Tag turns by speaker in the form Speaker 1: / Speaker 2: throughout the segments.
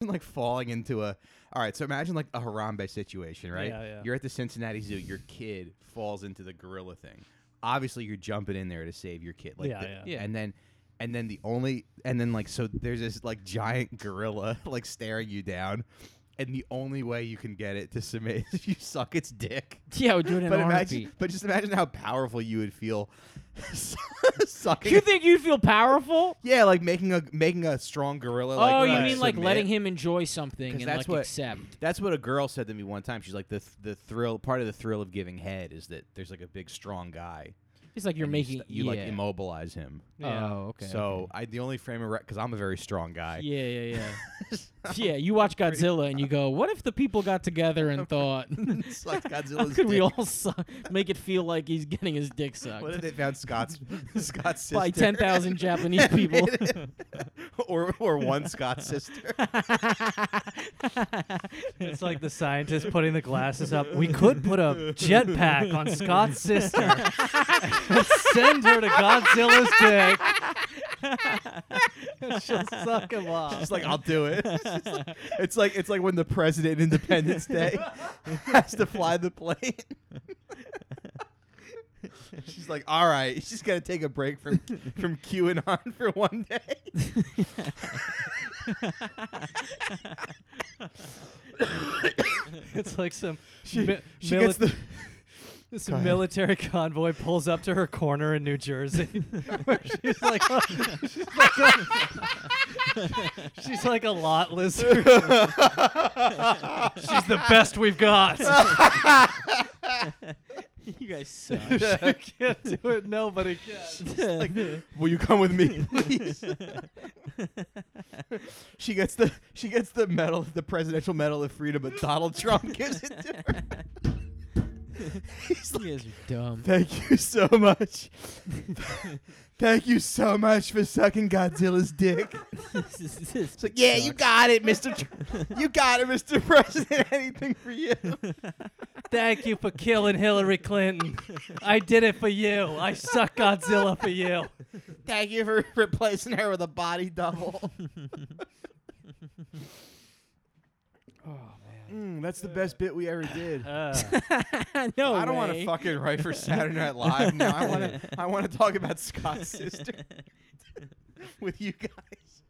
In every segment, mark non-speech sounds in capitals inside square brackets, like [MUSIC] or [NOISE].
Speaker 1: [LAUGHS] like falling into a. All right, so imagine like a Harambe situation, right?
Speaker 2: Yeah, yeah.
Speaker 1: You're at the Cincinnati Zoo. Your kid falls into the gorilla thing. Obviously, you're jumping in there to save your kid. Like
Speaker 2: Yeah,
Speaker 1: the-
Speaker 2: yeah.
Speaker 3: Yeah.
Speaker 1: And then, and then the only, and then like so, there's this like giant gorilla [LAUGHS] like staring you down, and the only way you can get it to submit is if you suck its dick.
Speaker 3: [LAUGHS] Yeah, we're doing an
Speaker 1: But [LAUGHS]
Speaker 3: RP.
Speaker 1: imagine, but just imagine how powerful you would feel [LAUGHS] sucking.
Speaker 3: You
Speaker 1: it-
Speaker 3: think you'd feel powerful?
Speaker 1: yeah, like making a making a strong gorilla. Like,
Speaker 3: oh, you
Speaker 1: like,
Speaker 3: mean like
Speaker 1: submit.
Speaker 3: letting him enjoy something
Speaker 1: 'Cause
Speaker 3: and
Speaker 1: that's
Speaker 3: like
Speaker 1: what-
Speaker 3: accept?
Speaker 1: That's what a girl said to me one time. She's like, the th- the thrill part of the thrill of giving head is that there's like a big strong guy.
Speaker 3: It's like you're
Speaker 1: and
Speaker 3: making
Speaker 1: you, st- you like
Speaker 3: yeah.
Speaker 1: immobilize him. [LAUGHS]
Speaker 2: Yeah.
Speaker 3: Oh, okay.
Speaker 1: so I the only frame of because I'm a very strong guy.
Speaker 3: okay. yeah, yeah, yeah. yeah, you watch Godzilla and you go, "What if the people got together and
Speaker 1: [LAUGHS]
Speaker 3: thought, [LAUGHS]
Speaker 1: It's like
Speaker 3: how
Speaker 1: Godzilla's
Speaker 3: could we
Speaker 1: dick.
Speaker 3: all suck, make it feel like he's getting his dick
Speaker 1: What if
Speaker 3: sucked
Speaker 1: they found
Speaker 3: [LAUGHS]
Speaker 1: Scott's Scott's sister?
Speaker 3: by ten
Speaker 1: [LAUGHS]
Speaker 3: thousand Japanese people?"
Speaker 1: or or one Scott's
Speaker 3: [LAUGHS]
Speaker 1: sister.
Speaker 2: It's like the scientist putting the glasses up. We could put a jetpack on Scott's sister and send her to Godzilla's dick. And She'll
Speaker 1: [LAUGHS]
Speaker 2: suck him off.
Speaker 1: It's like I'll do
Speaker 3: [LAUGHS]
Speaker 1: it. It's like, it's like it's like when the president Independence
Speaker 3: [LAUGHS]
Speaker 1: Day [LAUGHS] has to fly the plane. She's
Speaker 3: [LAUGHS]
Speaker 1: like, [LAUGHS] all right, she's gotta take a break from [LAUGHS] from QAnon for one day.
Speaker 2: It's like some
Speaker 1: She,
Speaker 2: Mi-
Speaker 1: she gets the
Speaker 2: this
Speaker 1: Go ahead.
Speaker 2: military convoy pulls up to her corner in
Speaker 1: [LAUGHS]
Speaker 2: New Jersey, where she's like, she's like a, she's like a
Speaker 1: [LAUGHS]
Speaker 2: lot lizard. she's the best
Speaker 1: [LAUGHS]
Speaker 2: we've got.
Speaker 3: you
Speaker 1: [LAUGHS]
Speaker 3: guys suck. [LAUGHS]
Speaker 2: you can't do it. Nobody can.
Speaker 1: Will you come with
Speaker 2: [LAUGHS]
Speaker 1: me, please? she gets the she gets the medal, the Presidential Medal of Freedom, but Donald Trump gives it to her. He's like,
Speaker 3: you
Speaker 1: [LAUGHS]
Speaker 3: guys are dumb.
Speaker 1: Thank you so much. Thank you so much for sucking Godzilla's dick.
Speaker 3: [LAUGHS] This is- this
Speaker 1: It's like, yeah, you
Speaker 3: sucks.
Speaker 1: got it, Mr. Tr- you got it, Mr. President. [LAUGHS] Anything for you.
Speaker 2: Thank you for killing Hillary Clinton. I did it for you. I suck Godzilla
Speaker 1: [LAUGHS]
Speaker 2: for you.
Speaker 1: Thank you for [LAUGHS] replacing her with a body
Speaker 3: [LAUGHS]
Speaker 1: double.
Speaker 2: Oh man.
Speaker 1: Mm, that's the best bit we
Speaker 3: [COUGHS]
Speaker 1: ever did.
Speaker 3: [LAUGHS] no
Speaker 1: I don't want
Speaker 3: way.
Speaker 1: to fucking write for Saturday
Speaker 3: [LAUGHS]
Speaker 1: Night Live now. I want to. I want to talk about Scott's sister with you guys.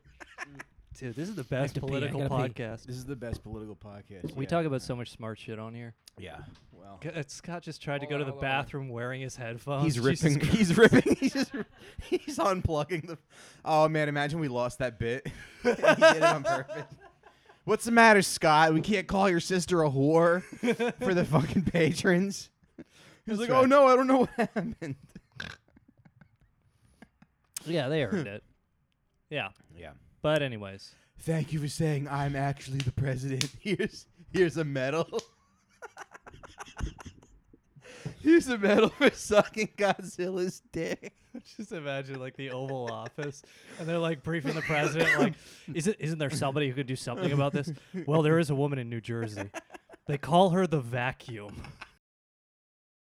Speaker 2: dude, this is the best
Speaker 3: to pee, I
Speaker 2: political
Speaker 3: gotta pee.
Speaker 2: podcast.
Speaker 1: This is the best political podcast.
Speaker 2: We talk about so much smart shit on here.
Speaker 1: Yeah. Well.
Speaker 2: G- uh, Scott just tried to
Speaker 3: Hold
Speaker 2: go to
Speaker 3: on,
Speaker 2: the
Speaker 3: hold on, hold on.
Speaker 2: bathroom wearing his headphones. [LAUGHS]
Speaker 1: He's
Speaker 2: Oh, Jesus
Speaker 1: ripping. [LAUGHS]
Speaker 2: Christ.
Speaker 1: He's ripping. He's just. He's unplugging the. Oh man! Imagine we lost that bit. [LAUGHS] he did it on purpose. What's the matter, Scott? We can't call your sister a whore for the fucking patrons. He's like,
Speaker 2: right.
Speaker 1: oh no, I don't know what [LAUGHS] happened.
Speaker 2: Yeah, they earned [LAUGHS] it. Yeah,
Speaker 1: Yeah.
Speaker 2: but anyways,
Speaker 1: Thank you for saying I'm actually the president. [LAUGHS] Here's here's a medal. [LAUGHS] here's a medal for sucking Godzilla's dick.
Speaker 2: just imagine like the Oval Office, and they're like briefing the president, [LAUGHS] like,
Speaker 1: [LAUGHS]
Speaker 2: isn't isn't there somebody [LAUGHS] who could do something about this? Well, there is a woman in New Jersey. They call her the vacuum.